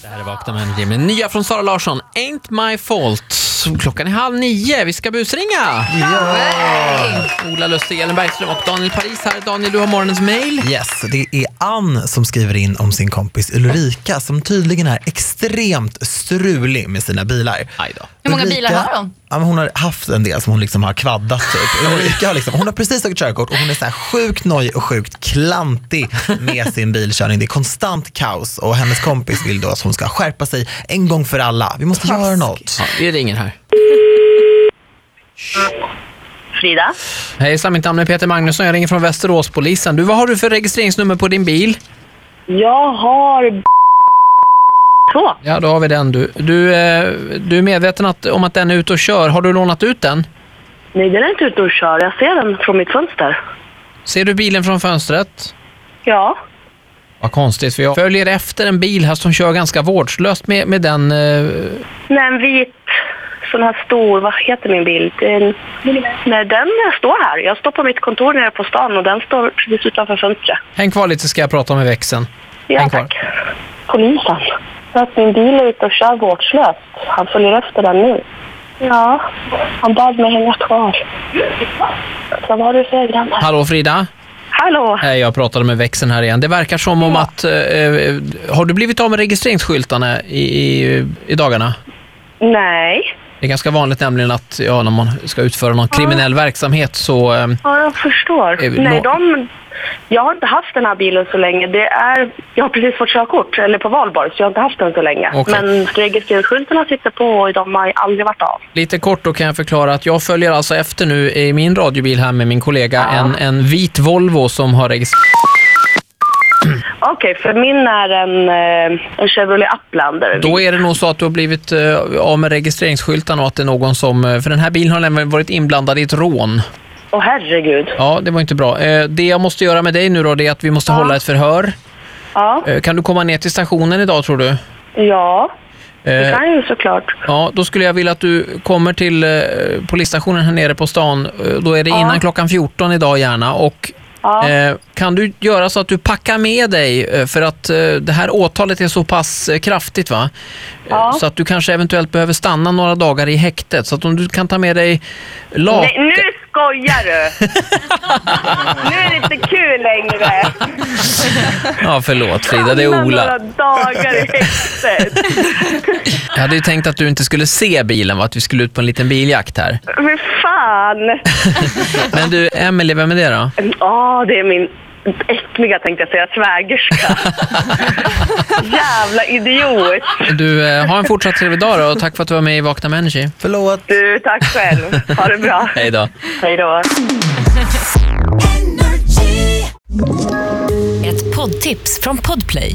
Det här är Vakna med energi med nya från Sara Larsson, Ain't My Fault. Klockan är halv nio, vi ska busringa! Ola Lustig, Ellen Bergström och Daniel Paris här. Daniel, du har morgonens mail. Yes, det är Ann som skriver in om sin kompis Ulrika som tydligen är extremt strulig med sina bilar. Aj då. Hur många Ulrika- bilar har hon? Ja, men hon har haft en del som hon liksom har kvaddat. Typ. Ulrika har, liksom, hon har precis tagit körkort och hon är så här sjukt nojig och sjukt klantig med sin bilkörning. Det är konstant kaos och hennes kompis vill då att hon ska skärpa sig en gång för alla. Vi måste göra något. Ja, vi ringer här. Frida? Hejsan, mitt namn är Peter Magnusson. Jag ringer från Västeråspolisen. Du, vad har du för registreringsnummer på din bil? Jag har två. Ja, då har vi den du. Du, eh, du är medveten att, om att den är ute och kör. Har du lånat ut den? Nej, den är inte ute och kör. Jag ser den från mitt fönster. Ser du bilen från fönstret? Ja. Vad konstigt, för jag följer efter en bil här som kör ganska vårdslöst med, med den... Eh, Den är en vit, sån här stor, vad heter min bil? Den, nej, den står här. Jag står på mitt kontor nere på stan och den står precis utanför fönstret. häng kvar lite ska jag prata med växeln. Ja, Häng kvar. tack. Polisen. För att min bil är ute och kör vårdslöst. Han följer efter den nu. Ja, han bad mig hänga kvar. Vad var det för grann? Hallå Frida? Hallå! Nej, jag pratade med växeln här igen. Det verkar som om att... Eh, eh, har du blivit av med registreringsskyltarna i, i, i dagarna? Nej. Det är ganska vanligt nämligen att ja, när man ska utföra någon kriminell verksamhet så... Eh, Ja, jag förstår. Eh, Nej, nå- de, jag har inte haft den här bilen så länge. Det är, jag har precis fått körkort, eller på valborg, så jag har inte haft den så länge. Okej. Men registreringsskyltarna sitter på och de har aldrig varit av. Lite kort då kan jag förklara att jag följer alltså efter nu i min radiobil här med min kollega en, en vit Volvo som har registrerat... Okej, för min är en, eh, en Chevrolet Uplander. Då är det nog så att du har blivit eh, av med registreringsskyltarna och att det är någon som... eh, För den här bilen har nämligen varit inblandad i ett rån. Åh herregud. Ja, det var inte bra. Eh, Det jag måste göra med dig nu då det är att vi måste hålla ett förhör. Ja, Eh, Kan du komma ner till stationen idag tror du? ja det Eh, kan jag ju såklart. Ja, då skulle jag vilja att du kommer till eh, polisstationen här nere på stan. Eh, Då är det innan klockan 14 idag gärna. Och Ja. eh, kan du göra så att du packar med dig, eh, för att eh, det här åtalet är så pass eh, kraftigt va? Eh, Ja. Så att du kanske eventuellt behöver stanna några dagar i häktet. Så att om du kan ta med dig lak... Nej, nu skojar du! nu är det inte kul längre. Ja, förlåt Frida, det är Hamnar Ola. Några dagar i häktet. Jag hade ju tänkt att du inte skulle se bilen, va? att vi skulle ut på en liten biljakt här. Men fan! Men du, Emelie, vem är det då? Ja, det är min äckliga tänkte jag säga, svägerska. Jävla idiot. Du, eh, ha en fortsatt trevlig dag då, och tack för att du var med i Vakna med Energy. Förlåt. Du, tack själv. Ha det bra. Hej då. Hej då. Ett poddtips från Podplay.